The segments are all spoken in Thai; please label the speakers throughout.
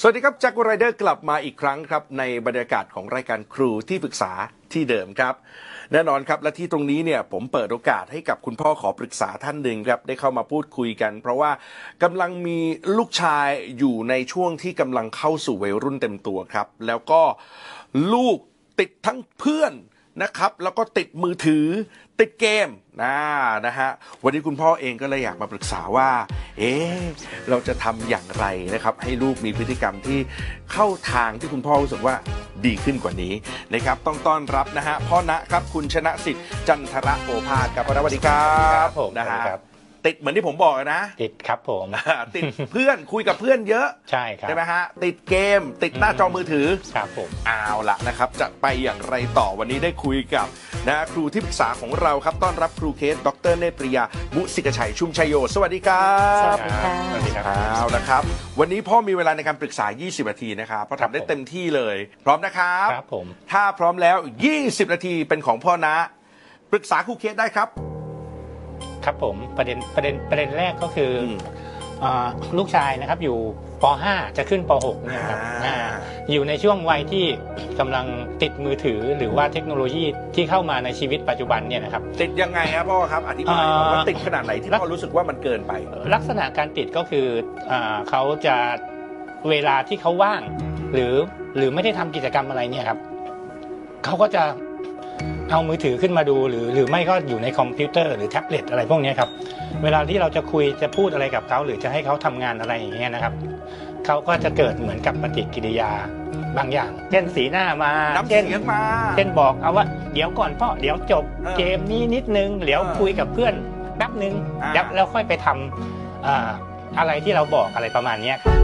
Speaker 1: สวัสดีครับแจ็คไรเดอร์กลับมาอีกครั้งครับ ในบรรยากาศของรายการครูที่ปรึกษาที่เดิมครับ แน่นอนครับและที่ตรงนี้เนี่ยผมเปิดโอกาสให้กับคุณพ่อขอปรึกษาท่านหนึ่งครับได้เข้ามาพูดคุยกัน เพราะว่ากำลังมีลูกชายอยู่ในช่วงที่กำลังเข้าสู่วัยรุ่นเต็มตัวครับ แล้วก็ลูกติดทั้งเพื่อน นะครับแล้วก็ติดมือถือติดเกมนะนะฮะวันนี้คุณพ่อเองก็เลยอยากมาปรึกษาว่า เอ๊ะเราจะทำอย่างไรนะครับ ให้ลูกมีพฤติกรรมที่เข้าทางที่คุณพ่อรู้สึกว่าดีขึ้นกว่านี้นะครับ ต้องต้อนรับนะฮะพ่อนะครับคุณชนะสิทธิ์จันทระโอภาสครับพ่อนะสวัสดีครับ
Speaker 2: ครับผม
Speaker 1: นะฮะ
Speaker 2: สวัสดีครับ
Speaker 1: ติดเหมือนที่ผมบอกนะ
Speaker 2: ติดครับผม
Speaker 1: ติดเพื่อนคุยกับเพื่อนเยอะ
Speaker 2: ใช่ครับ
Speaker 1: ใช่ไหมฮะติดเกม ติดหน้าจอมือถือ
Speaker 2: ครับผม
Speaker 1: เอาละนะครับ จะไปอย่างไรต่อวันนี้ได้คุยกับนะครูที่ปรึกษาของเราครับ ต้อนรับครูเคส ดรเนตรปริยา มุสิกชัย ชุมชัยโย สวัสดีครับ
Speaker 3: สวัสดีค่ะ
Speaker 2: สวัสดีครับ
Speaker 1: เอาละครับ วันนี้พ่อมีเวลาในการปรึกษา 20 นาทีนะครับเพราะ
Speaker 2: ครับ
Speaker 1: ทำได้
Speaker 2: ผม
Speaker 1: เต็มที่เลย พร้อมนะครับ
Speaker 2: ครับผม
Speaker 1: ถ้าพร้อมแล้ว 20 นาทีเป็นของพ่อนะ ปรึกษาครูเคสได้ครับ
Speaker 2: ครับผมประเด็นประเด็นประเด็นแรกก็คืออ
Speaker 1: ม
Speaker 2: อ่าลูกชายนะครับอยู่ป .5 จะขึ้นป .6 เนี่ยครับ
Speaker 1: อ่า
Speaker 2: อ่าอยู่ในช่วงวัยที่กำลังติดมือถือหรือว่าเทคโนโลยีที่เข้ามาในชีวิตปัจจุบันเนี่ยนะครับ
Speaker 1: ติดยังไงครับพ่อครับอธิบายหน่อยว่าติดขนาดไหนที่พ่อรู้สึกว่ามันเกินไป
Speaker 2: ลักษณะการติดก็คืออาเขาจะเวลาที่เขาว่าง หรือหรือไม่ได้ทำกิจกรรมอะไรเนี่ยครับเขาก็จะเอามือถือขึ้นมาดูหรือหรือไม่ก็อยู่ในคอมพิวเตอร์หรือแท็บเล็ตอะไรพวกเนี้ยครับ เวลาที่เราจะคุยจะพูดอะไรกับเขาหรือจะให้เขาทำงานอะไรอย่างเงี้ยนะครับเขาก็จะเกิดเหมือนกับปฏิกิริยาบางอย่าง เช่นสีหน้ามา
Speaker 1: น้ำ
Speaker 2: เช่น
Speaker 1: เสียงมา
Speaker 2: เช่นบอกเอาว่าเดี๋ยวก่อนพ่อเดี๋ยวจบ
Speaker 1: เออ
Speaker 2: เกมนี้นิดนึงเดี๋ยว
Speaker 1: เออ
Speaker 2: คุยกับเพื่อนแป๊บนึง
Speaker 1: อ่า
Speaker 2: แล้วแล้วค่อยไปทำเอ่ออะไรที่เราบอกอะไรประมาณเนี้ยครับ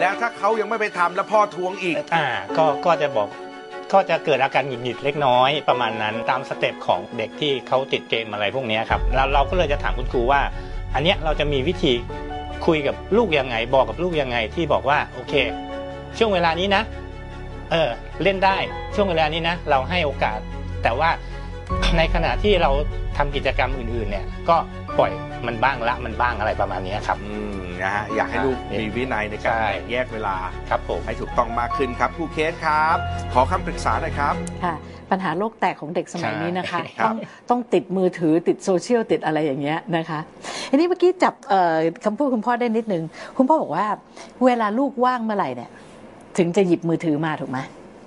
Speaker 1: แล้วถ้าเขายังไม่ไปทำแล้วพ่อทวงอีก
Speaker 2: อ่าก็ก็จะบอกก็จะเกิดอาการหงุดหงิดเล็กน้อยประมาณนั้นตามสเต็ปของเด็กที่เขาติดเกมอะไรพวกเนี้ยครับแล้วเราก็เลยจะถามคุณครูว่า อันเนี้ยเราจะมีวิธีคุยกับลูกยังไง บอกกับลูกยังไงที่บอกว่าโอเค ช่วงเวลานี้นะ เออเล่นได้ช่วงเวลานี้นะ เราให้โอกาส แต่ว่า ในขณะที่เราทำกิจกรรมอื่น ๆ เนี่ย ก็ปล่อยมันบ้างละมันบ้างอะไรประมาณเนี้ยครับ
Speaker 1: อืมนะฮะอยากให้ลูกมีวินัยในการ
Speaker 2: ใช่
Speaker 1: แบ่งแยกเวลา
Speaker 2: ครับผม
Speaker 1: ให้ถูกต้องมากขึ้นครับครูเคสครับ ขอคำปรึกษาหน่อยครับ
Speaker 3: ค่ะปัญหาโลกแตกของเด็กสมัยนี้นะคะ
Speaker 1: ใช่ครับ
Speaker 3: ต้องต้องติดมือถือติดโซเชียลติดอะไรอย่างเงี้ยนะคะทีนี้เมื่อกี้จับเอ่อคำพูดคุณพ่อได้นิดนึง คุณพ่อบอกว่า เวลาลูกว่างเมื่อไหร่เนี่ย ถึงจะหยิบมือถือมาถูกไหม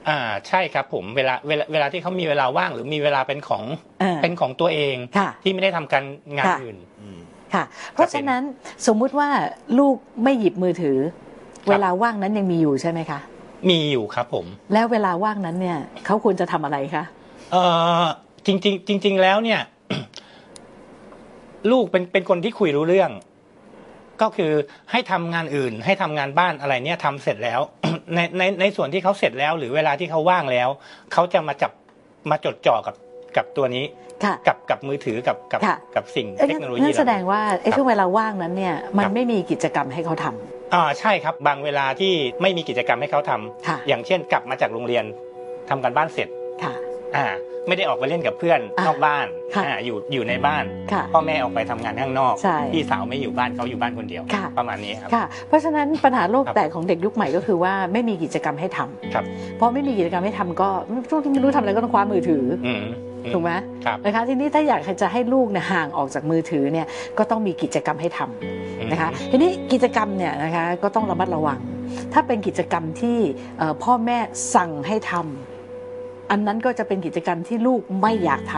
Speaker 2: อ่าใช่ครับผมเวลาเวลาเวลาที่เขามีเวลาว่างหรือมีเวลาเป็นของ
Speaker 3: เออ
Speaker 2: เป็นของตัวเอง
Speaker 3: ค่ะ
Speaker 2: ที่ไม่ได้ทำการงาน
Speaker 3: ค่ะ
Speaker 2: อื่น
Speaker 3: ค่ะ เพราะฉะนั้นสมมุติว่าลูกไม่หยิบมือถือ
Speaker 2: ครับ
Speaker 3: เวลาว่างนั้นยังมีอยู่ใช่ไหมคะ
Speaker 2: มีอยู่ครับผม
Speaker 3: แล้วเวลาว่างนั้นเนี่ยเขาควรจะทำอะไรคะ
Speaker 2: เออจริงจริงๆจริง ๆ แล้วเนี่ย ลูกเป็นเป็นคนที่คุยรู้เรื่อง ก็คือให้ทำงานอื่น ให้ทำงานบ้านอะไรเนี่ยทำเสร็จแล้ว ในในในส่วนที่เขาเสร็จแล้ว หรือเวลาที่เขาว่างแล้วเขาจะมาจับมาจดจ่อกับกับตัวนี้
Speaker 3: ค่ะ
Speaker 2: กับกับมือถือกับกับ
Speaker 3: ค่ะ
Speaker 2: กับสิ่ง
Speaker 3: เอ้ย
Speaker 2: เทค
Speaker 3: งั้น
Speaker 2: โนโลยี
Speaker 3: งั้นแสดง
Speaker 2: เหล่านี้
Speaker 3: ว่าไอ้
Speaker 2: ครับ
Speaker 3: ช่วงเวลาว่างนั้นเนี่ยมัน
Speaker 2: ครับ
Speaker 3: ไม่มีกิจกรรมให้เขาทำ
Speaker 2: อ่าใช่ครับ บางเวลาที่ไม่มีกิจกรรมให้เขาทำ
Speaker 3: ค่ะ
Speaker 2: อย่างเช่น กลับมาจากโรงเรียนทำการบ้านเสร็จ
Speaker 3: ค่ะ
Speaker 2: อ่า ไม่ได้ออกไปเล่นกับเพื่อน
Speaker 3: อ่าน
Speaker 2: นอกบ้าน
Speaker 3: ค่ะ
Speaker 2: อ่าอยู่อยู่ในบ้าน
Speaker 3: ค่ะ
Speaker 2: พ่อแม่ออกไปทำงานข้างนอก
Speaker 3: ใช่
Speaker 2: พี่สาวไม่อยู่บ้านเขาอยู่บ้านคนเดียว
Speaker 3: ค่ะ
Speaker 2: ประมาณนี้ครับ
Speaker 3: ค่ะ เพราะฉะนั้นปัญหาโลก
Speaker 2: ครับ
Speaker 3: แตกของเด็กยุคใหม่ก็คือว่าไม่มีกิจกรรมให้ทำ
Speaker 2: ครับ
Speaker 3: เพราะไม่มีกิจกรรมให้ทำก็ช่วงที่ไม่รู้ทำอะไรก็ต้องคว้ามือถืออ
Speaker 2: อืมอืม
Speaker 3: ถูกไหม
Speaker 2: ครับ
Speaker 3: นะคะทีนี้ถ้าอยากจะให้ลูกเนี่ยห่างออกจากมือถือเนี่ยก็ต้องมีกิจกรรมให้ทำ
Speaker 2: อืม
Speaker 3: นะคะ ทีนี้กิจกรรมเนี่ยนะคะก็ต้องระมัดระวัง ถ้าเป็นกิจกรรมที่เอ่อพ่อแม่สั่งให้ทำอันนั้นก็จะเป็นกิจกรรมที่ลูกไม่อยากท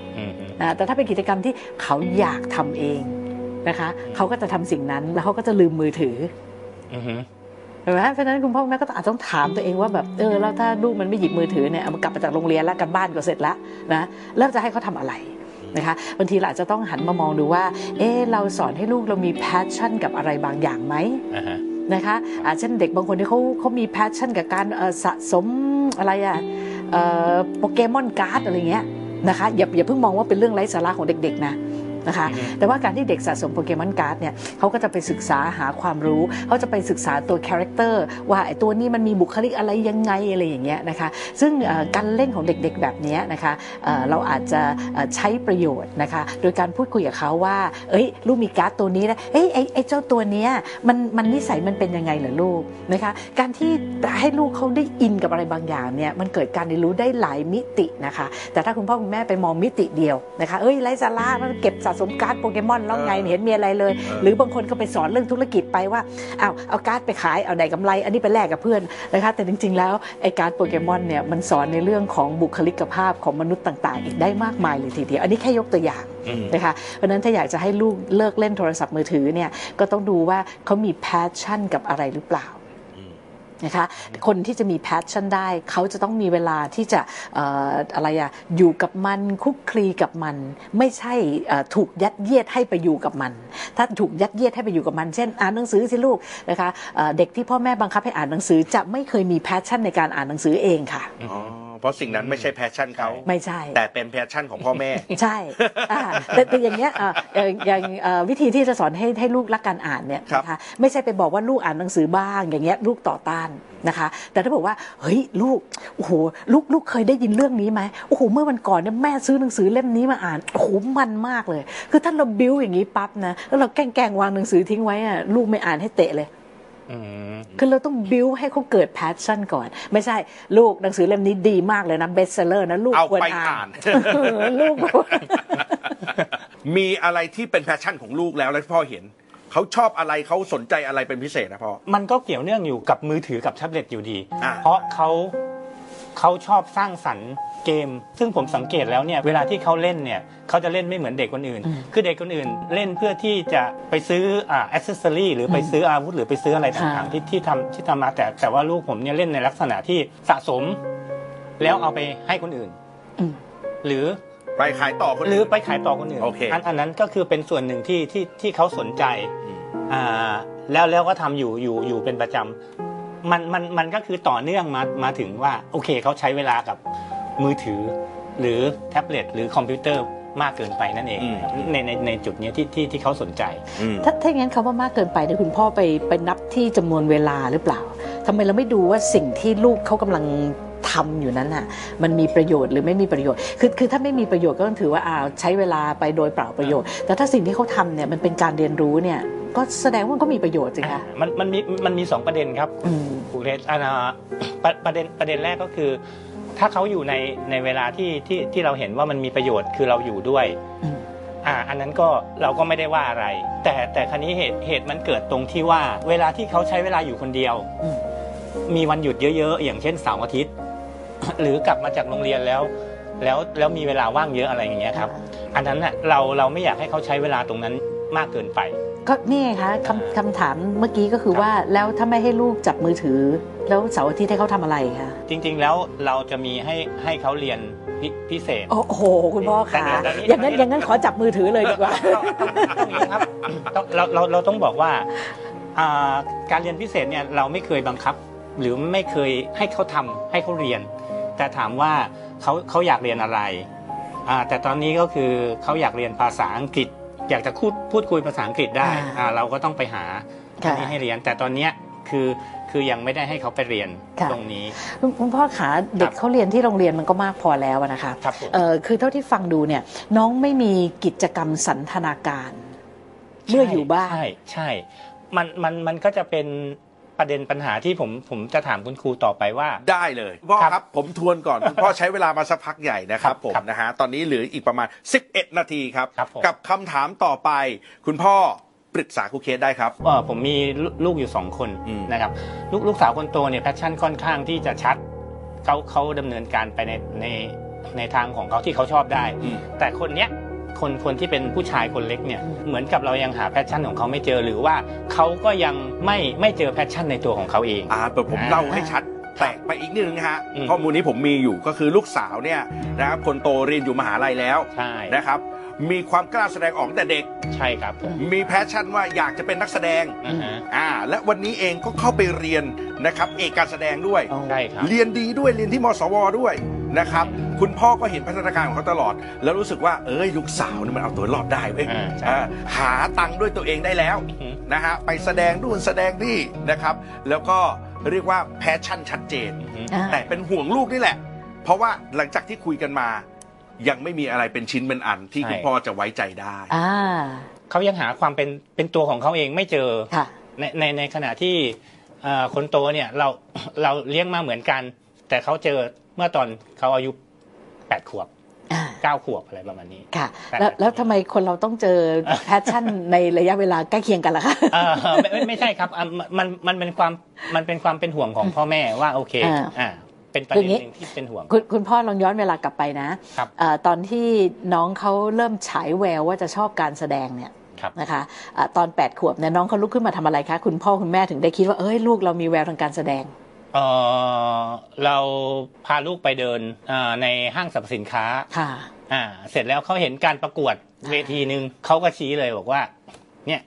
Speaker 3: ำ นะแต่ถ้าเป็นกิจกรรมที่เขาอยากทำเองนะคะ
Speaker 2: อืม
Speaker 3: เขาก็จะทำสิ่งนั้นแล้วเขาก็จะลืมมือถือ
Speaker 2: อืมอืม
Speaker 3: เห็นไหมเพราะฉะนั้นคุณพ่อคุณแม่ก็อาจจะต้องถามตัวเองว่าแบบเออแล้วถ้าลูกมันไม่หยิบมือถือเนี่ยเอามันกลับมาจากโรงเรียนแล้วกันบ้านก็เสร็จแล้วนะแล้วจะให้เขาทำอะไรนะคะบางทีเราอาจจะต้องหันมามองดูว่า เออเราสอนให้ลูกเรามีแพชชั่นกับอะไรบางอย่างไหม
Speaker 2: อ่าฮะ
Speaker 3: นะคะอาเช่นเด็กบางคนที่เขาเขามีแพชชั่นกับการเอ่อสะสมอะไรอะเอ่อโปเกมอนการ์ดอะไรเงี้ยนะคะอย่าอย่าเพิ่งมองว่าเป็นเรื่องไร้สาระของเด็กๆนะ นะคะ
Speaker 2: อืม
Speaker 3: แต่ว่าการที่เด็กสะสมโปเกมอนการ์ดเนี่ยเขาก็จะไปศึกษาหาความรู้ เขาจะไปศึกษาตัวคาแรคเตอร์ว่าไอ้ตัวนี้มันมีบุคลิกอะไรยังไงอะไรอย่างเงี้ยนะคะ ซึ่งเอ่อการเล่นของเด็กๆแบบเนี้ยนะคะเอ่อเราอาจจะเอ่อใช้ประโยชน์นะคะ โดยการพูดคุยกับเขาว่า เอ้ย ลูกมีการ์ดตัวนี้นะเอ้ยไอ้ไอ้เจ้าตัวเนี้ยมันมันนิสัยมันเป็นยังไงเหรอลูกนะคะ การที่ให้ลูกเขาได้อินกับอะไรบางอย่างเนี่ยมันเกิดการเรียนรู้ได้หลายมิตินะคะ แต่ถ้าคุณพ่อคุณแม่ไปมองมิติเดียวนะคะ เอ้ยไร้สาระมันเก็บสะสมการ์ดโปเกมอนแล้วไงไม่เห็นมีอะไรเลย หรือบางคนก็ไปสอนเรื่องธุรกิจไปว่าอ้าวเอาการ์ดไปขายเอาได้กำไร อันนี้ไปแลกกับเพื่อนนะคะ แต่จริง ๆ แล้วไอ้การ์ดโปเกมอนเนี่ยมันสอนในเรื่องของบุคลิกภาพของมนุษย์ต่างๆ อีกได้มากมายเลยทีเดียวอันนี้แค่ยกตัวอย่าง
Speaker 2: อืม
Speaker 3: นะคะเพราะฉะนั้นถ้าอยากจะให้ลูกเลิกเล่นโทรศัพท์มือถือเนี่ยก็ต้องดูว่าเขามีแพชชั่นกับอะไรหรือเปล่า นะคะคนที่จะมีแพชชั่นได้ เขาจะต้องมีเวลาที่จะเอออะไรอะอยู่กับมันคุกคลีกับมัน ไม่ใช่เอ่อถูกยัดเยียดให้ไปอยู่กับมัน ถ้าถูกยัดเยียดให้ไปอยู่กับมันเช่น อ่านหนังสือสิลูกนะคะเอ่อเด็กที่พ่อแม่บังคับให้อ่านหนังสือจะไม่เคยมีแพชชั่นในการอ่านหนังสือเองค่ะ
Speaker 1: อ๋อเพราะสิ่งนั้นไม่ใช่แพชชั่นเขา
Speaker 3: ไม่ใช่
Speaker 1: แต่เป็นแพชชั่นของพ่อแม่
Speaker 3: ใช่อ่าแต่แต่อย่างเงี้ยอ่าอย่างอย่างเอ่อวิธีที่จะสอนให้ให้ลูกรักการอ่านเนี่ย
Speaker 1: ครับ
Speaker 3: นะคะไม่ใช่ไปบอกว่าลูกอ่านหนังสือบ้าง อย่างเงี้ยลูกต่อต้านนะคะ แต่ถ้าบอกว่าเฮ้ยลูกโอ้โหลูกลูกเคยได้ยินเรื่องนี้ไหมโอ้โหเมื่อวันก่อนเนี่ยแม่ซื้อหนังสือเล่มนี้มาอ่านโอ้โหมันมากเลย คือถ้าเราบิ้วอย่างนี้ปั๊บนะแล้วเราแกล้งๆวางหนังสือทิ้งไว้อะลูกไม่อ่านให้เตะเลย
Speaker 2: อืม
Speaker 3: คือเราต้องบิวให้เขาเกิดแพชชั่นก่อน ไม่ใช่ลูกหนังสือเล่มนี้ดีมากเลยนะเบสเซอร์นะลูก
Speaker 1: เอา
Speaker 3: ควร
Speaker 1: ไป
Speaker 3: อ่า
Speaker 1: อ่าน น
Speaker 3: เออ ลูกควร
Speaker 1: มีอะไรที่เป็นแพชชั่นของลูกแล้วแล้วที่พ่อเห็น เขาชอบอะไรเขาสนใจอะไรเป็นพิเศษนะพ่อ
Speaker 2: มันก็เกี่ยวเนื่องอยู่กับมือถือกับแท็บเล็ตอยู่ดี
Speaker 1: อ่า
Speaker 2: เพราะเขาเขาชอบสร้างสรรค์เกม ซึ่งผมสังเกตแล้วเนี่ยเวลาที่เขาเล่นเนี่ยเขาจะเล่นไม่เหมือนเด็กคนอื่น
Speaker 3: อืม
Speaker 2: คือเด็กคนอื่นเล่นเพื่อที่จะไปซื้ออ่าอ c เซอรี่หรือไปซื้ออาวุธหรือไปซื้ออะไรต่างๆ
Speaker 3: ค่ะ
Speaker 2: ที่ที่ทำที่ทำมาแต่แต่ว่าลูกผมเนี่ยเล่นในลักษณะที่สะสม แล้วเอาไปให้คนอื่น
Speaker 3: อืม
Speaker 2: หรือ
Speaker 1: ไปขายต่อคน
Speaker 2: หรื
Speaker 1: อื่
Speaker 2: อน ไปขายต่อคนอื่น
Speaker 1: โอเคน
Speaker 2: อันนั้นก็คือเป็นส่วนหนึ่งที่ที่ที่เขาสนใจ
Speaker 1: อืม
Speaker 2: อ่าแล้วแล้วก็ทำอยู่อยู่อยู่เป็นประจำมันมันมันก็คือต่อเนื่องมามาถึงว่าโอเคเขาใช้เวลากับมือถือ หรือแท็บเล็ตหรือคอมพิวเตอร์มากเกินไปนั่นเองนะครับในในในจุดเนี้ยที่ที่ที่เขาสนใจ
Speaker 1: อืม
Speaker 3: ถ้าถ้าอย่างนั้นคำว่ามากเกินไปเนี่ยคุณพ่อไปไปนับที่จำนวนเวลาหรือเปล่าทำไมเราไม่ดูว่าสิ่งที่ลูกเขากำลังทำอยู่นั้นน่ะมันมีประโยชน์หรือไม่มีประโยชน์คือคือถ้าไม่มีประโยชน์ก็ต้องถือว่าอ้าวใช้เวลาไปโดยเปล่าประโยชน์ แต่ถ้าสิ่งที่เขาทำเนี่ยมันเป็นการเรียนรู้เนี่ยก็แสดงว่ามันก็มีประโยชน์สิคะ
Speaker 2: มันมันมีมันมีสองประเด็นครับ
Speaker 3: อืม
Speaker 2: อุเรสอานาประประเด็นประเด็นแรกก็คือ ถ้าเขาอยู่ในในเวลาที่ที่ที่เราเห็นว่ามันมีประโยชน์คือเราอยู่ด้วย
Speaker 3: อืม
Speaker 2: อ่าอันนั้นก็เราก็ไม่ได้ว่าอะไร แต่แต่ครั้นี้เหตุเหตุมันเกิดตรงที่ว่า เวลาที่เขาใช้เวลาอยู่คนเดียว
Speaker 3: อืม
Speaker 2: มีวันหยุดเยอะ ๆ อย่างเช่นเสาร์อาทิตย์ หรือกลับมาจากโรงเรียนแล้ว แล้วแล้วมีเวลาว่างเยอะอะไรอย่างเงี้ยครับ อันนั้นน่ะเราเราไม่อยากให้เขาใช้เวลาตรงนั้นมากเกินไป
Speaker 3: ก็นี่ไงคะคำคำถามเมื่อกี้ก็คือว่าแล้วถ้าไม่ให้ลูกจับมือถือ แล้วเสาร์อาทิตย์ให้เขาทำอะไรคะ
Speaker 2: จริง ๆ แล้วเราจะมีให้ให้เขาเรียนพิพิเศษ
Speaker 3: โอ้โหคุณพ่อค่ะ
Speaker 2: แต่นี่
Speaker 3: อย่างนั้นอย่างนั้นขอจับมือถือเลยดีกว่า
Speaker 2: ต้องอย่างนี้ครับต้องเราเราเราต้องบอกว่าอ่าการเรียนพิเศษเนี่ยเราไม่เคยบังคับ หรือไม่เคยให้เขาทำให้เขาเรียน แต่ถามว่าเขาเขาอยากเรียนอะไรอ่าแต่ตอนนี้ก็คือเขาอยากเรียนภาษาอังกฤษ อยากจะพูดพูดคุยภาษาอังกฤษได้
Speaker 3: อ่า
Speaker 2: อ่าเราก็ต้องไปหา
Speaker 3: ค่ะ
Speaker 2: ที่ให้เรียน แต่ตอนเนี้ยคือคือยังไม่ได้ให้เขาไปเรียน
Speaker 3: ค่ะ
Speaker 2: ตรงนี้
Speaker 3: คุณคุณพ่อขาเด็
Speaker 2: ค
Speaker 3: ก
Speaker 2: รับ
Speaker 3: เขาเรียนที่โรงเรียนมันก็มากพอแล้วอะนะคะ
Speaker 2: ครับผม
Speaker 3: เออคือเท่าที่ฟังดูเนี่ยน้องไม่มีกิจกรรมสันทนาการ เมื่ออยู่บ้าน
Speaker 2: ใช่ใช่มันมันมันก็จะเป็นประเด็นปัญหาที่ผมผมจะถามคุณครูต่อไปว่า
Speaker 1: ได้เลยพ่อ
Speaker 2: ครับ
Speaker 1: ครับผมทวนก่อนคุณพ่อใช้เวลามาสักพักใหญ่นะครับ
Speaker 2: ครับ
Speaker 1: ผม
Speaker 2: ครับ
Speaker 1: นะฮะตอนนี้เหลืออีกประมาณ 11 นาทีครับ
Speaker 2: ครับผม
Speaker 1: กับคำถามต่อไป คุณพ่อปรึกษาครูเคสได้ครับ
Speaker 2: เอ่อผมมีลูลูกอยู่สองคน
Speaker 1: อืม
Speaker 2: นะครับลูกลูกสาวคนโตเนี่ยแพชชั่นค่อนข้างที่จะชัดเขาเขาดำเนินการไปในในในทางของเขาที่เขาชอบได้
Speaker 1: อืม
Speaker 2: แต่คนเนี้ยคนคนที่เป็นผู้ชายคนเล็กเนี่ยเหมือนกับเรายังหาแพชชั่นของเขาไม่เจอหรือว่าเขาก็ยังไม่ไม่เจอแพชชั่นในตัวของเขาเอง
Speaker 1: อ่าเปิดผม
Speaker 2: อ่า
Speaker 1: เล่าให้ชัดแตกไปอีกนิดนึงนะฮะ
Speaker 2: อืม
Speaker 1: ข้อมูลนี้ผมมีอยู่ก็คือลูกสาวเนี่ยนะครับคนโตเรียนอยู่มหาลัยแล้ว
Speaker 2: ใช่
Speaker 1: นะครับ มีความกล้าแสดงออกตั้งแต่เด็ก
Speaker 2: ใช่ครับผม
Speaker 1: มีแพชชั่นว่าอยากจะเป็นนักแสดง
Speaker 2: อ่าฮะ
Speaker 1: อ่า และวันนี้เองก็เข้าไปเรียนนะครับเอกการแสดงด้วย
Speaker 2: ใช่ครับ
Speaker 1: เรียนดีด้วยเรียนที่มสวด้วยนะครับ คุณพ่อก็เห็นพัฒนาการของเขาตลอด แล้วรู้สึกว่าเอ้ยลูกสาวเนี่ยมันเอาตัวรอดได้เว้ย
Speaker 2: อ่าใช่
Speaker 1: อ่าหาตังค์ด้วยตัวเองได้แล้ว
Speaker 2: อืม
Speaker 1: นะฮะไปแสดงนู่นแสดงนี่นะครับ แล้วก็เรียกว่าแพชชั่นชัดเจน
Speaker 2: อืม
Speaker 3: อ่า
Speaker 1: แต่เป็นห่วงลูกนี่แหละ เพราะว่าหลังจากที่คุยกันมา ยังไม่มีอะไรเป็นชิ้นเป็นอันที่
Speaker 2: ใช่
Speaker 1: คุณพ่อจะไว้ใจได้
Speaker 3: อ่า
Speaker 2: เขายังหาความเป็นเป็นตัวของเขาเองไม่เจอ
Speaker 3: ค่ะ
Speaker 2: ในในในขณะที่เอ่อคนโตเนี่ยเรา เราเลี้ยงมาเหมือนกัน แต่เขาเจอเมื่อตอนเขาอายุแปดขวบ
Speaker 3: อ่า
Speaker 2: เก้าขวบอะไรประมาณนี้
Speaker 3: ค่ะ
Speaker 2: แต่
Speaker 3: แล้วแล้วทำไมคนเราต้องเจอแพช ชั่น ในระยะเวลาใกล้เคียงกันล่ะคะ
Speaker 2: เอ่ อไม่ไม่ไม่ใช่ครับอ่ะมันมันมันเป็นความมันเป็นความเป็นห่วงของพ่อแม่ว่าโอเค
Speaker 3: อ่า
Speaker 2: อ่าเป็นประเด็น
Speaker 3: คืออย่าง
Speaker 2: ห
Speaker 3: งี้
Speaker 2: นึ่งที่เป็นห่วง
Speaker 3: คุณคุณพ่อลองย้อนเวลากลับไปนะครับ เอ่อตอนที่น้องเขาเริ่มฉายแววว่าจะชอบการแสดงเนี่ย
Speaker 2: ครับ
Speaker 3: นะคะอะตอน 8 ขวบเนี่ยน้องเขาลุกขึ้นมาทำอะไรคะ คุณพ่อคุณแม่ถึงได้คิดว่าเอ้ยลูกเรามีแววทางการแสดง
Speaker 2: เอ่อเราพาลูกไปเดินอ่าในห้างสรรพสินค้า
Speaker 3: ค่ะ
Speaker 2: อ่าเสร็จแล้วเขาเห็นการประกวดเวทีหนึ่งเขาก็ชี้เลยบอกว่า เนี่ย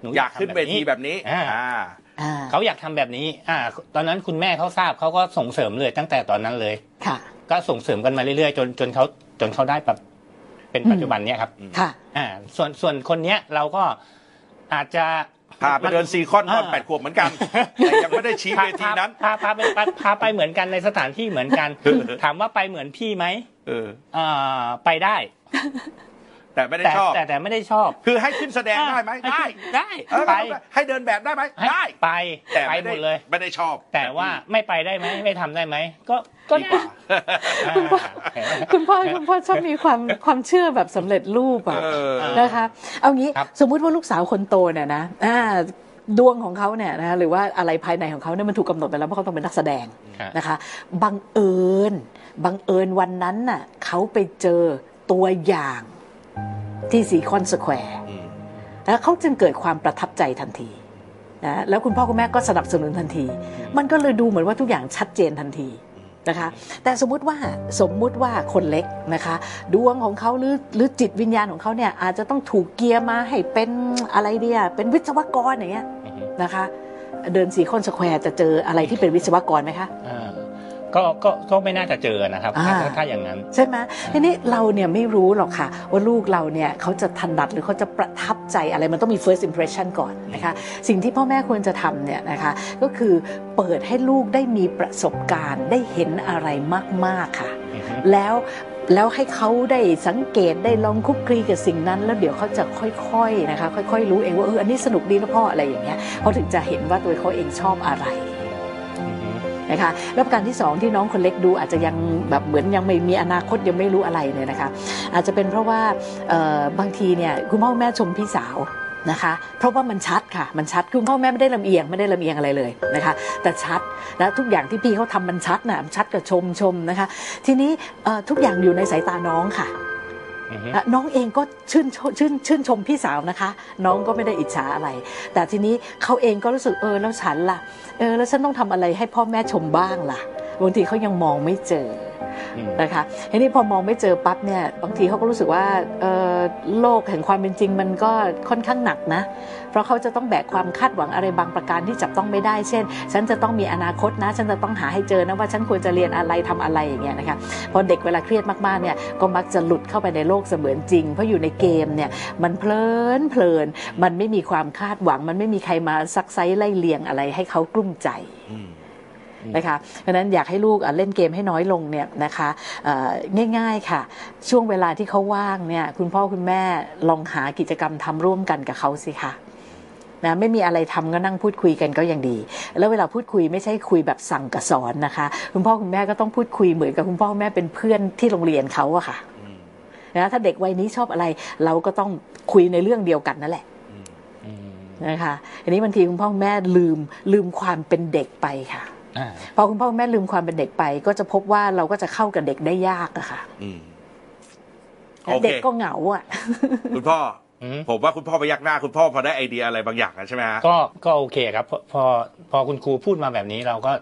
Speaker 2: หนู
Speaker 1: อยากขึ้น
Speaker 2: ทำ
Speaker 1: เวทีแบบนี้
Speaker 2: อ่า
Speaker 1: อ่า
Speaker 3: อ่า
Speaker 2: เขาอยากทำแบบนี้ อ่า ตอนนั้นคุณแม่เขาทราบเขาก็ส่งเสริมเลยตั้งแต่ตอนนั้นเลย
Speaker 3: ค่ะ
Speaker 2: ก็ส่งเสริมกันมาเรื่อยๆ จนจนเขาจนเขาได้แบบเป็นปัจจุบันเนี้ยครับ
Speaker 3: ค่ะ
Speaker 2: อ่า ส่วนส่วนคนเนี้ยเราก็อาจจะ
Speaker 1: พาไปเดินซีคอนตอนแปดขวบเหมือนกัน แต่ยังไม่ได้ชี้
Speaker 2: พา
Speaker 1: เวทีนั้น
Speaker 2: พาพาพาไปพาพาไปเหมือนกันในสถานที่เหมือน กัน ถามว่าไปเหมือนพี่ไหม
Speaker 1: เออ
Speaker 2: อ่าไปได้
Speaker 1: แต่ไม่ได้
Speaker 2: แต่
Speaker 1: ชอบ
Speaker 2: แต่แต่ไม่ได้ชอบ
Speaker 1: คือให้ขึ้นแสดงได้ไหมได้
Speaker 2: ได้
Speaker 1: เออ
Speaker 2: ไป
Speaker 1: ให้เดินแบบได้ไหมได้
Speaker 2: ไป
Speaker 1: แต่
Speaker 2: ไป
Speaker 1: ไม่
Speaker 2: หม
Speaker 1: ได้
Speaker 2: ดเลย
Speaker 1: ไม่ได้ชอบ
Speaker 2: แต่ว่าไม่ไปได้ไหมไม่ทำได้ไหมก็ก็
Speaker 1: ดี
Speaker 2: ได้
Speaker 1: กว่า
Speaker 2: อ่า
Speaker 3: คุณพ่อคุณพ่อชอบมี ความความเชื่อแบบสำเร็จรูปอะ
Speaker 1: เออ
Speaker 3: นะคะ เอางี้
Speaker 2: ครับ
Speaker 3: สมมุติว่าลูกสาวคนโตเนี่ยนะอ่าดวงของเขาเนี่ยนะหรือว่าอะไรภายในของเขาเนี่ยมันถูกกำหนดไปแล้วว่าเขาต้องเป็นนักแสดง
Speaker 2: ฮะ
Speaker 3: นะคะบังเอิญบังเอิญวันนั้นน่ะเขาไปเจอตัวอย่างที่สีคอนสแควร์
Speaker 1: อืม
Speaker 3: แล้วเขาจึงเกิดความประทับใจทันทีนะแล้วคุณพ่อคุณแม่ก็สนับสนุนทันที มันก็เลยดูเหมือนว่าทุกอย่างชัดเจนทันทีนะคะ แต่สมมุติว่าสมมุติว่าคนเล็กนะคะดวงของเขาหรือหรือจิตวิญญาณของเขาเนี่ยอาจจะต้องถูกเกียร์มาให้เป็นอะไรเดียเป็นวิศวกรอย่างเงี้ย
Speaker 2: อือฮึ
Speaker 3: นะคะเดินสีคอนสแควร์จะเจออะไรที่เป็นวิศวกรไหมคะ
Speaker 2: อ่าก็ก็ก็ไม่น่าจะเจอนะครับ
Speaker 3: อ่า
Speaker 2: ถ้าถ้าอย่างนั้น
Speaker 3: ใช่ไหมทีนี้เราเนี่ยไม่รู้หรอกค่ะ ว่าลูกเราเนี่ยเขาจะถนัดหรือเขาจะประทับใจอะไรมันต้องมี first impression ก่อนนะคะ สิ่งที่พ่อแม่ควรจะทำเนี่ยนะคะ ก็คือเปิดให้ลูกได้มีประสบการณ์ได้เห็นอะไรมาก ๆ ค่ะ
Speaker 2: อือฮึ
Speaker 3: แล้วแล้วให้เขาได้สังเกตได้ลองคลุกคลีกับสิ่งนั้น แล้วเดี๋ยวเขาจะค่อยๆนะคะค่อยๆรู้เองว่าเอออันนี้สนุกดีนะพ่ออะไรอย่างเงี้ยเขาถึงจะเห็นว่าตัวเขาเองชอบอะไร นะคะแล้วประการที่สองที่น้องคนเล็กดูอาจจะยังแบบเหมือนยังไม่มีอนาคตยังไม่รู้อะไรเนี่ยนะคะอาจจะเป็นเพราะว่าเอ่อบางทีเนี่ยคุณพ่อคุณแม่ชมพี่สาวนะคะเพราะว่ามันชัดค่ะมันชัดคุณพ่อคุณแม่ไม่ได้ลำเอียงไม่ได้ลำเอียงอะไรเลยนะคะแต่ชัดนะทุกอย่างที่พี่เขาทำมันชัดนะชัดกับชมชมนะคะทีนี้เอ่อทุกอย่างอยู่ในสายตาน้องค่ะ
Speaker 2: อือฮึ
Speaker 3: อ่ะน้องเองก็ชื่นชมชื่นชื่นชมพี่สาวนะคะ น้องก็ไม่ได้อิจฉาอะไร แต่ทีนี้เขาเองก็รู้สึกเออแล้วฉันล่ะเออแล้วฉันต้องทำอะไรให้พ่อแม่ชมบ้างล่ะบางทีเขายังมองไม่เจอ
Speaker 2: อืม
Speaker 3: นะคะทีนี้พอมองไม่เจอปั๊บเนี่ยบางทีเขาก็รู้สึกว่าเออโลกแห่งความเป็นจริงมันก็ค่อนข้างหนักนะ เพราะเขาจะต้องแบกความคาดหวังอะไรบางประการที่จับต้องไม่ได้ เช่น ฉันจะต้องมีอนาคตนะ ฉันจะต้องหาให้เจอนะว่าฉันควรจะเรียนอะไรทำอะไรอย่างเงี้ยนะคะ พอเด็กเวลาเครียดมากๆเนี่ยก็มักจะหลุดเข้าไปในโลกเสมือนจริง เพราะอยู่ในเกมเนี่ยมันเพลินเพลิน มันไม่มีความคาดหวัง มันไม่มีใครมาซักไซไล่เลียงอะไรให้เขากลุ้มใจ
Speaker 1: อืม
Speaker 3: นะคะเพราะฉะนั้นอยากให้ลูกอ่ะเล่นเกมให้น้อยลงเนี่ยนะคะเอ่อง่ายๆค่ะ ช่วงเวลาที่เขาว่างเนี่ยคุณพ่อคุณแม่ลองหากิจกรรมทำร่วมกันกับเขาสิคะนะไม่มีอะไรทำก็นั่งพูดคุยกันก็ยังดี แล้วเวลาพูดคุยไม่ใช่คุยแบบสั่งกับสอนนะคะ คุณพ่อคุณแม่ก็ต้องพูดคุยเหมือนกับคุณพ่อคุณแม่เป็นเพื่อนที่โรงเรียนเขาอะค่ะ
Speaker 1: อืม
Speaker 3: นะถ้าเด็กวัยนี้ชอบอะไร เราก็ต้องคุยในเรื่องเดียวกันนั่นแหละ
Speaker 1: อืม
Speaker 2: อืม
Speaker 3: นะคะอันนี้บางทีคุณพ่อคุณแม่ลืมลืมความเป็นเด็กไปค่ะ
Speaker 2: อ่า
Speaker 3: พอคุณพ่อคุณแม่ลืมความเป็นเด็กไป ก็จะพบว่าเราก็จะเข้ากับเด็กได้ยากอะค่ะ
Speaker 1: อืม
Speaker 3: นะ
Speaker 1: โอเค
Speaker 3: เด็กก็เหงาอะ
Speaker 1: คุณพ่อ
Speaker 2: อืม
Speaker 1: ผมว่าคุณพ่อไปยักหน้า คุณพ่อพอได้ไอเดียอะไรบางอย่างแล้วใช่ไหมฮะ
Speaker 2: ก็ก็โอเคครับพอพอพอคุณครูพูดมาแบบนี้เราก็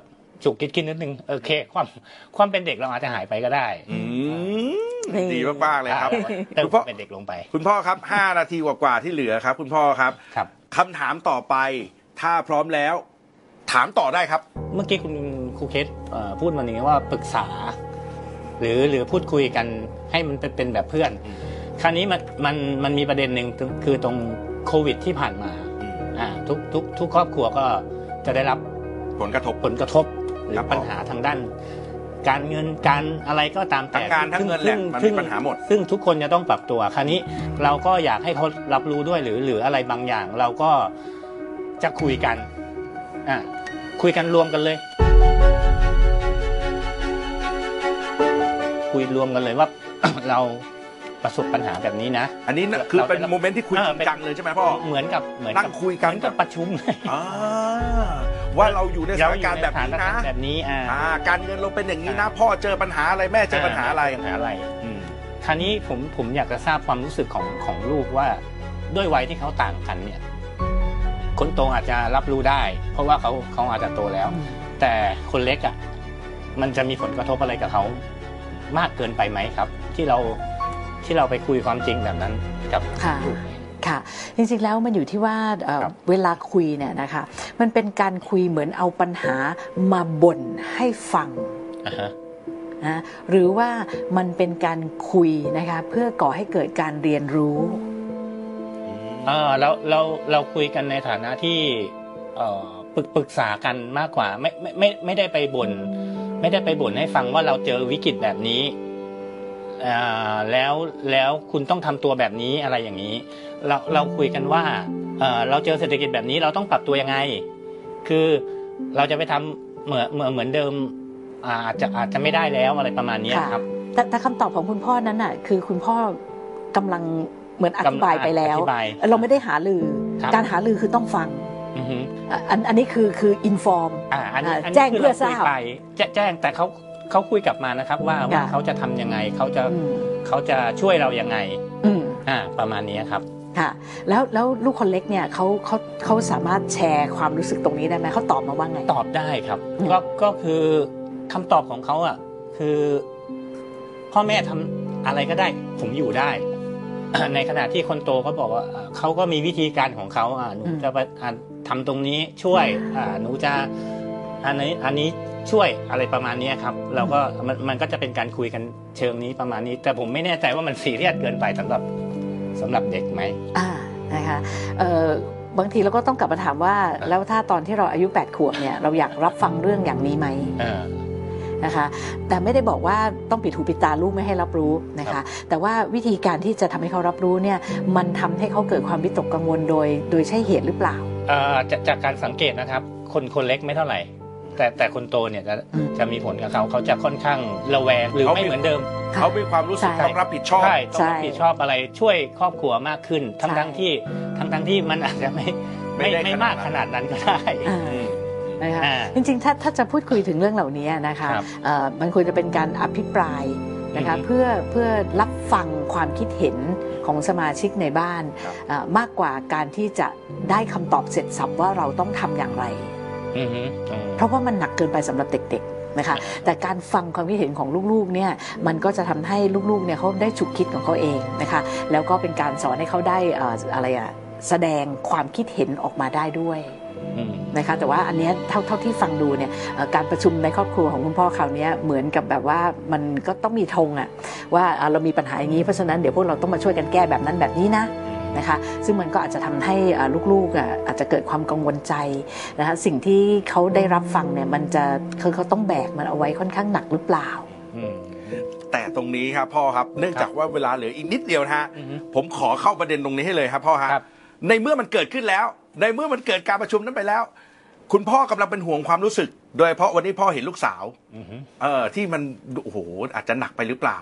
Speaker 2: จุกคิดคิดนิดนึงโอเค ความความเป็นเด็กเราอาจจะหายไปก็ได้
Speaker 1: อืม
Speaker 3: นี่
Speaker 1: ดีมากๆเลยครับ
Speaker 2: เติม
Speaker 1: คุณพ่อ
Speaker 2: เป็นเด็กลงไป
Speaker 1: คุณพ่อครับ 5 นาทีกว่าๆที่เหลือครับ คุณพ่อครับ
Speaker 2: ครับ
Speaker 1: คำถามต่อไป ถ้าพร้อมแล้ว ถามต่อได้ครับ
Speaker 2: เมื่อกี้คุณครูเคสเอ่อพูดมาหนึ่งว่าปรึกษา หรือหรือพูดคุยกันให้มันเป็นเป็นแบบเพื่อน
Speaker 1: อืม
Speaker 2: คราวนี้มันมันมันมีประเด็นหนึ่งถึงคือตรงโควิดที่ผ่านมาอ่าทุกทุกทุกครอบครัวก็จะได้รับ
Speaker 1: ผลกระทบ
Speaker 2: ผลกระทบหรือ
Speaker 1: ครับผม
Speaker 2: ปัญหาทางด้าน การเงินการอะไรก็ตามแต่
Speaker 1: ทั้งการทั้งเงินแหละมันมี
Speaker 2: ซึ่
Speaker 1: ปัญหาหมด
Speaker 2: ซึ่งทุกคนจะต้องปรับตัว คราวนี้เราก็อยากให้เขารับรู้ด้วยหรือหรืออะไรบางอย่าง เราก็จะคุยกันอ่าคุยกันรวมกันเลย คุยรวมกันเลยว่า เราประสบปัญหาแบบนี้นะ
Speaker 1: อันนี้นะคือ
Speaker 2: เราจะ
Speaker 1: เป็นโมเมนต์ที่คุย
Speaker 2: เออ
Speaker 1: จริง
Speaker 2: เป็น
Speaker 1: จังเลยใช่ไหมพ่อ
Speaker 2: เหมือนกับเหมือน
Speaker 1: นั่งคุยกัน
Speaker 2: เหมือนกับประชุมเลย
Speaker 1: อ่าว่าเราอยู่ในสถานการณ์
Speaker 2: เ
Speaker 1: แบบนี้
Speaker 2: อยู่ใสถา
Speaker 1: นะ
Speaker 2: การณ์แบบนี้อ่า
Speaker 1: อ่าการเงินเราเป็นอย่างนี้
Speaker 2: อ่า
Speaker 1: นะ พ่อเจอปัญหาอะไรแม่เจอปัญหาอะไร
Speaker 2: ปัญหาอะไร
Speaker 1: อืม
Speaker 2: คราวนี้ผมผมอยากจะทราบความรู้สึกของของลูกว่าด้วยวัยที่เขาต่างกันเนี่ย คนโตอาจจะรับรู้ได้ เพราะว่าเขาเขาอาจจะโตแล้ว แต่คนเล็กอ่ะมันจะมีผลกระทบอะไรกับเขามากเกินไปไหมครับ ที่เราที่เราไปคุยความจริงแบบนั้นกับ
Speaker 3: ค่ะ
Speaker 2: ลูก
Speaker 3: ค่ะ จริงๆแล้วมันอยู่ที่ว่าเอ่อ
Speaker 2: ครับ
Speaker 3: เวลาคุยเนี่ยนะคะ มันเป็นการคุยเหมือนเอาปัญหามาบ่นให้ฟัง
Speaker 2: อ่าฮะ
Speaker 3: นะหรือว่ามันเป็นการคุยนะคะเพื่อก่อให้เกิดการเรียนรู้
Speaker 2: เออเราเราเราคุยกันในฐานะที่เอ่อปรึกปรึกษากันมากกว่าไม่ไม่ไม่ไม่ได้ไปบน่นไม่ได้ไปบ่นให้ฟังว่าเราเจอวิกฤตแบบนี้อ่าแล้วแล้วคุณต้องทำตัวแบบนี้อะไรอย่างนี้ เราเราคุยกันว่าเอ่อเราเจอเศรษฐกิจแบบนี้เราต้องปรับตัวยังไง คือเราจะไปทำเหมือนเหมือนเหมือนเดิมอ่าอาจจะอาจจะไม่ได้แล้วอะไรประมาณเนี้ย
Speaker 3: ค่ะ
Speaker 2: ครับ
Speaker 3: แต่แต่คำตอบของคุณพ่อนั้นน่ะคือคุณพ่อกำลังเหมือนอธิบายไปแล้ว
Speaker 2: อธิบาย
Speaker 3: เราไม่ได้หาลือ
Speaker 2: ครับ
Speaker 3: การหาลือคือต้องฟัง
Speaker 2: อือฮึ
Speaker 3: อ่ะอันอันนี้คือคืออินฟอร์ม
Speaker 2: อ่าอันนี้
Speaker 3: อ่า
Speaker 2: อันนี้
Speaker 3: แจ้ง
Speaker 2: คื
Speaker 3: เพื่อทราบ
Speaker 2: คุยไปแจ้แจ้งแต่เขาเขาคุยกลับมานะครับ ว่าว่า
Speaker 3: ค่ะ
Speaker 2: เขาจะทำยังไงเขาจะ
Speaker 3: อืม
Speaker 2: เขาจะช่วยเรายังไง
Speaker 3: อืม
Speaker 2: อ่าประมาณนี้ครับ
Speaker 3: ค่ะแล้วแล้วลูกคนเล็กเนี่ยเขาเขาเขาสามารถแชร์ความรู้สึกตรงนี้ได้ไหมเขาตอบมาว่าไง
Speaker 2: ตอบได้ครับ
Speaker 3: อืม
Speaker 2: ก็ก็คือคำตอบของเขาอ่ะ คือ พ่อแม่ทำอะไรก็ได้ ผมอยู่ได้ ในขณะที่คนโตก็บอกว่าอ่าเขาก็มีวิธีการของเขาอ่าหนูจะไปอ่าทำตรงนี้ช่วย อ่าหนูจะอันนี้อันนี้ช่วยอะไรประมาณนี้ครับ เราก็มันมันก็จะเป็นการคุยกันเชิงนี้ประมาณนี้ แต่ผมไม่แน่ใจว่ามันซีเรียสเกินไปสำหรับสำหรับเด็กไหม
Speaker 3: อ่านะคะเอ่อบางทีเราก็ต้องกลับมาถามว่า แล้วถ้าตอนที่เราอายุ8ขวบเนี่ยเราอยากรับฟังเรื่องอย่างนี้ไหม
Speaker 2: เออ
Speaker 3: นะคะแต่ไม่ได้บอกว่าต้องปิดหูปิดตาลูกไม่ให้รับรู้นะ
Speaker 2: ครั
Speaker 3: คะ
Speaker 2: บ
Speaker 3: แต่ว่าวิธีการที่จะทำให้เขารับรู้เนี่ยมันทำให้เขาเกิดความวิตกกังวลโดย โดยใช่เหตุหรือเปล่า
Speaker 2: เอ่อจากจากการสังเกตนะครับ คนคนเล็กไม่เท่าไหร่ แต่แต่คนโตเนี่ยจะ
Speaker 3: อืม
Speaker 2: จะมีผลกับเขาเขาจะค่อนข้างระแวงหรือไม่เหมือนเดิม
Speaker 1: เขามีความรู้สึก
Speaker 3: ใช่
Speaker 1: ต้องรับผิดชอบ
Speaker 2: ใช่ต้องรับ
Speaker 3: ใช่
Speaker 2: ผิดชอบอะไรช่วยครอบครัวมากขึ้น ทั้งทั้ง
Speaker 3: ใช่
Speaker 2: ที่ทั้งทั้งที่มันอาจจะไม่
Speaker 1: ไม่
Speaker 2: ไม่
Speaker 1: ได้ข
Speaker 2: ไม่
Speaker 1: นาดนั้น
Speaker 2: มากขนาดนั้นก็ได้
Speaker 3: อ่า
Speaker 1: อืม
Speaker 3: นะคะ
Speaker 2: อ่า
Speaker 3: จริงๆถ้าถ้าจะพูดคุยถึงเรื่องเหล่านี้นะคะ
Speaker 2: ครับ
Speaker 3: เอ่อมันควรจะเป็นการอภิปรายนะคะ
Speaker 2: อืม
Speaker 3: เพื่อเพื่อรับฟังความคิดเห็นของสมาชิกในบ้าน
Speaker 1: ครับ
Speaker 3: เอ่อมากกว่าการที่จะได้คำตอบเสร็จสับว่าเราต้องทำอย่างไร
Speaker 2: อือฮึอืม
Speaker 3: เพราะว่ามันหนักเกินไปสำหรับเด็กๆนะคะ แต่การฟังความคิดเห็นของลูกๆเนี่ยมันก็จะทำให้ลูกๆเนี่ยเขาได้ฉุกคิดของเขาเองนะคะ แล้วก็เป็นการสอนให้เขาได้เอ่ออะไรอะแสดงความคิดเห็นออกมาได้ด้วยนะคะ แต่ว่าอันเนี้ยเท่าเท่าที่ฟังดูเนี่ยเอ่อการประชุมในครอบครัวของคุณพ่อคราวเนี้ยเหมือนกับแบบว่ามันก็ต้องมีธงอะว่าเอ่อเรามีปัญหาอย่างนี้เพราะฉะนั้นเดี๋ยวพวกเราต้องมาช่วยกันแก้แบบนั้นแบบนี้นะ นะคะซึ่งมันก็อาจจะทำให้อ่าลูกๆอ่ะอาจจะเกิดความกังวลใจนะคะสิ่งที่เขาได้รับฟังเนี่ยมันจะคือเขาต้องแบกมันเอาไว้ค่อนข้างหนักหรือเปล่า
Speaker 1: แต่ตรงนี้ครับพ่อครับเนื่องจากว่าเวลาเหลืออีกนิดเดียวนะฮะ
Speaker 2: อือฮึ
Speaker 1: ผมขอเข้าประเด็นตรงนี้ให้เลยครับพ่อฮะ
Speaker 2: ครับ
Speaker 1: ในเมื่อมันเกิดขึ้นแล้ว ในเมื่อมันเกิดการประชุมนั้นไปแล้ว คุณพ่อกำลังเป็นห่วงความรู้สึก โดยเฉพาะวันนี้พ่อเห็นลูกสาว
Speaker 2: อือฮึ
Speaker 1: เออที่มันโอ้โหอาจจะหนักไปหรือเปล่า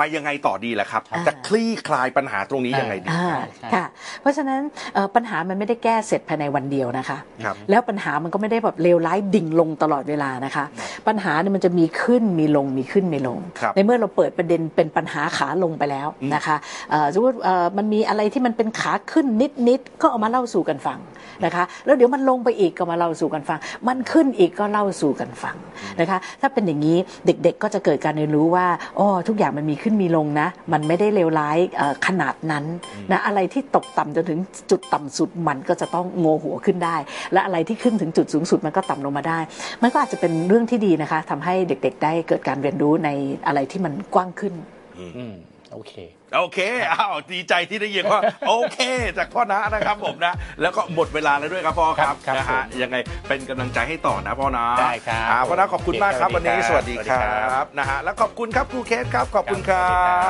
Speaker 1: ไปยังไงต่อดีล่ะครับ
Speaker 3: อ่า
Speaker 1: จะคลี่คลายปัญหาตรงนี้ยังไงดี
Speaker 3: อ่า
Speaker 2: ใช่
Speaker 3: ค่ะเพราะฉะนั้นเอ่อปัญหามันไม่ได้แก้เสร็จภายในวันเดียวนะคะ
Speaker 1: ครับ
Speaker 3: แล้วปัญหามันก็ไม่ได้แบบเลวร้ายดิ่งลงตลอดเวลานะคะ ปัญหาเนี่ยมันจะมีขึ้นมีลงมีขึ้นมีลง
Speaker 1: ครับ
Speaker 3: ในเมื่อเราเปิดประเด็นเป็นปัญหาขาลงไปแล้วนะคะเอ่อสมมติเอ่อมันมีอะไรที่มันเป็นขาขึ้นนิดๆก็เอามาเล่าสู่กันฟัง นะคะ แล้วเดี๋ยวมันลงไปอีกก็มาเล่าสู่กันฟัง มันขึ้นอีกก็เล่าสู่กันฟังนะคะ ถ้าเป็นอย่างนี้เด็กๆก็จะเกิดการเรียนรู้ว่าอ๋อทุกอย่างมันมีขึ้นมีลงนะ มันไม่ได้เลวร้ายเอ่อขนาดนั้นนะอะไรที่ตกต่ำจนถึงจุดต่ำสุดมันก็จะต้องโงหัวขึ้นได้ และอะไรที่ขึ้นถึงจุดสูงสุดมันก็ต่ำลงมาได้ มันก็อาจจะเป็นเรื่องที่ดีนะคะทำให้เด็กๆ ได้เกิดการเรียนรู้ในอะไรที่มันกว้างขึ้น
Speaker 2: อืมโอเค
Speaker 1: โอเค อ้าว ดีใจที่ได้ยินว่า โอเค จากพ่อนะนะครับผมนะ แล้วก็หมดเวลาแล้วด้วยครับพ่อครับ
Speaker 2: ครับ
Speaker 1: นะฮะ ยังไงเป็นกำลังใจให้ต่อนะพ่อนะ
Speaker 2: ได้ครับ
Speaker 1: อ่าพ่อนะขอบคุณมากครับ
Speaker 2: โอ
Speaker 1: วั
Speaker 2: เค
Speaker 1: นนี้ ส
Speaker 2: สวั
Speaker 1: วัส
Speaker 2: สดี
Speaker 1: ดีค
Speaker 2: ครั
Speaker 1: รับ บ นะฮะ แล้วขอบคุณครับครูเคสครับ ขอบคุณครั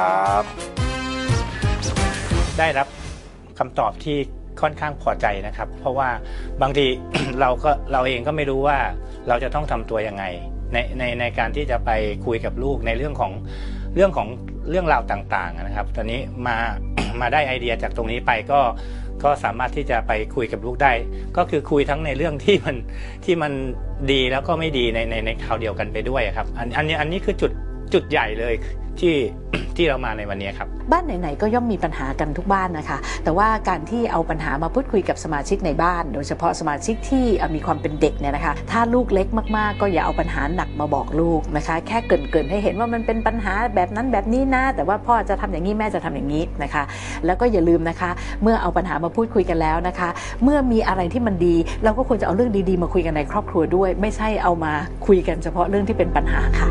Speaker 1: บ
Speaker 2: ได้รับ คำตอบที่ค่อนข้างพอใจนะครับ เพราะว่าบางที เราก็เราเองก็ไม่รู้ว่าเราจะต้องทำตัวยังไงในในในการที่จะไปคุยกับลูกในเรื่องของเรื่องของเรื่องราวต่างๆนะครับ ตอนนี้มา มาได้ไอเดียจากตรงนี้ไปก็ก็สามารถที่จะไปคุยกับลูกได้ ก็คือคุยทั้งในเรื่องที่มัน ที่มันดีแล้วก็ไม่ดีในในในคราวเดียวกันไปด้วยครับอันอันนี้อันนี้คือจุดจุดใหญ่เลยที่ ที่เรามาในวันนี้ครับ
Speaker 3: บ้านไหนๆก็ย่อมมีปัญหากันทุกบ้านนะคะ แต่ว่าการที่เอาปัญหามาพูดคุยกับสมาชิกในบ้าน โดยเฉพาะสมาชิกที่เอ่อมีความเป็นเด็กเนี่ยนะคะ ถ้าลูกเล็กมากๆ ก็อย่าเอาปัญหาหนักมาบอกลูกนะคะ แค่เกรินๆให้เห็นว่ามันเป็นปัญหาแบบนั้นแบบนี้นะ แต่ว่าพ่อจะทำอย่างนี้แม่จะทำอย่างนี้นะคะ แล้วก็อย่าลืมนะคะ เมื่อเอาปัญหามาพูดคุยกันแล้วนะคะ เมื่อมีอะไรที่มันดี เราก็ควรจะเอาเรื่องดีๆ มาคุยกันในครอบครัวด้วย ไม่ใช่เอามาคุยกันเฉพาะเรื่องที่เป็นปัญหาค่ะ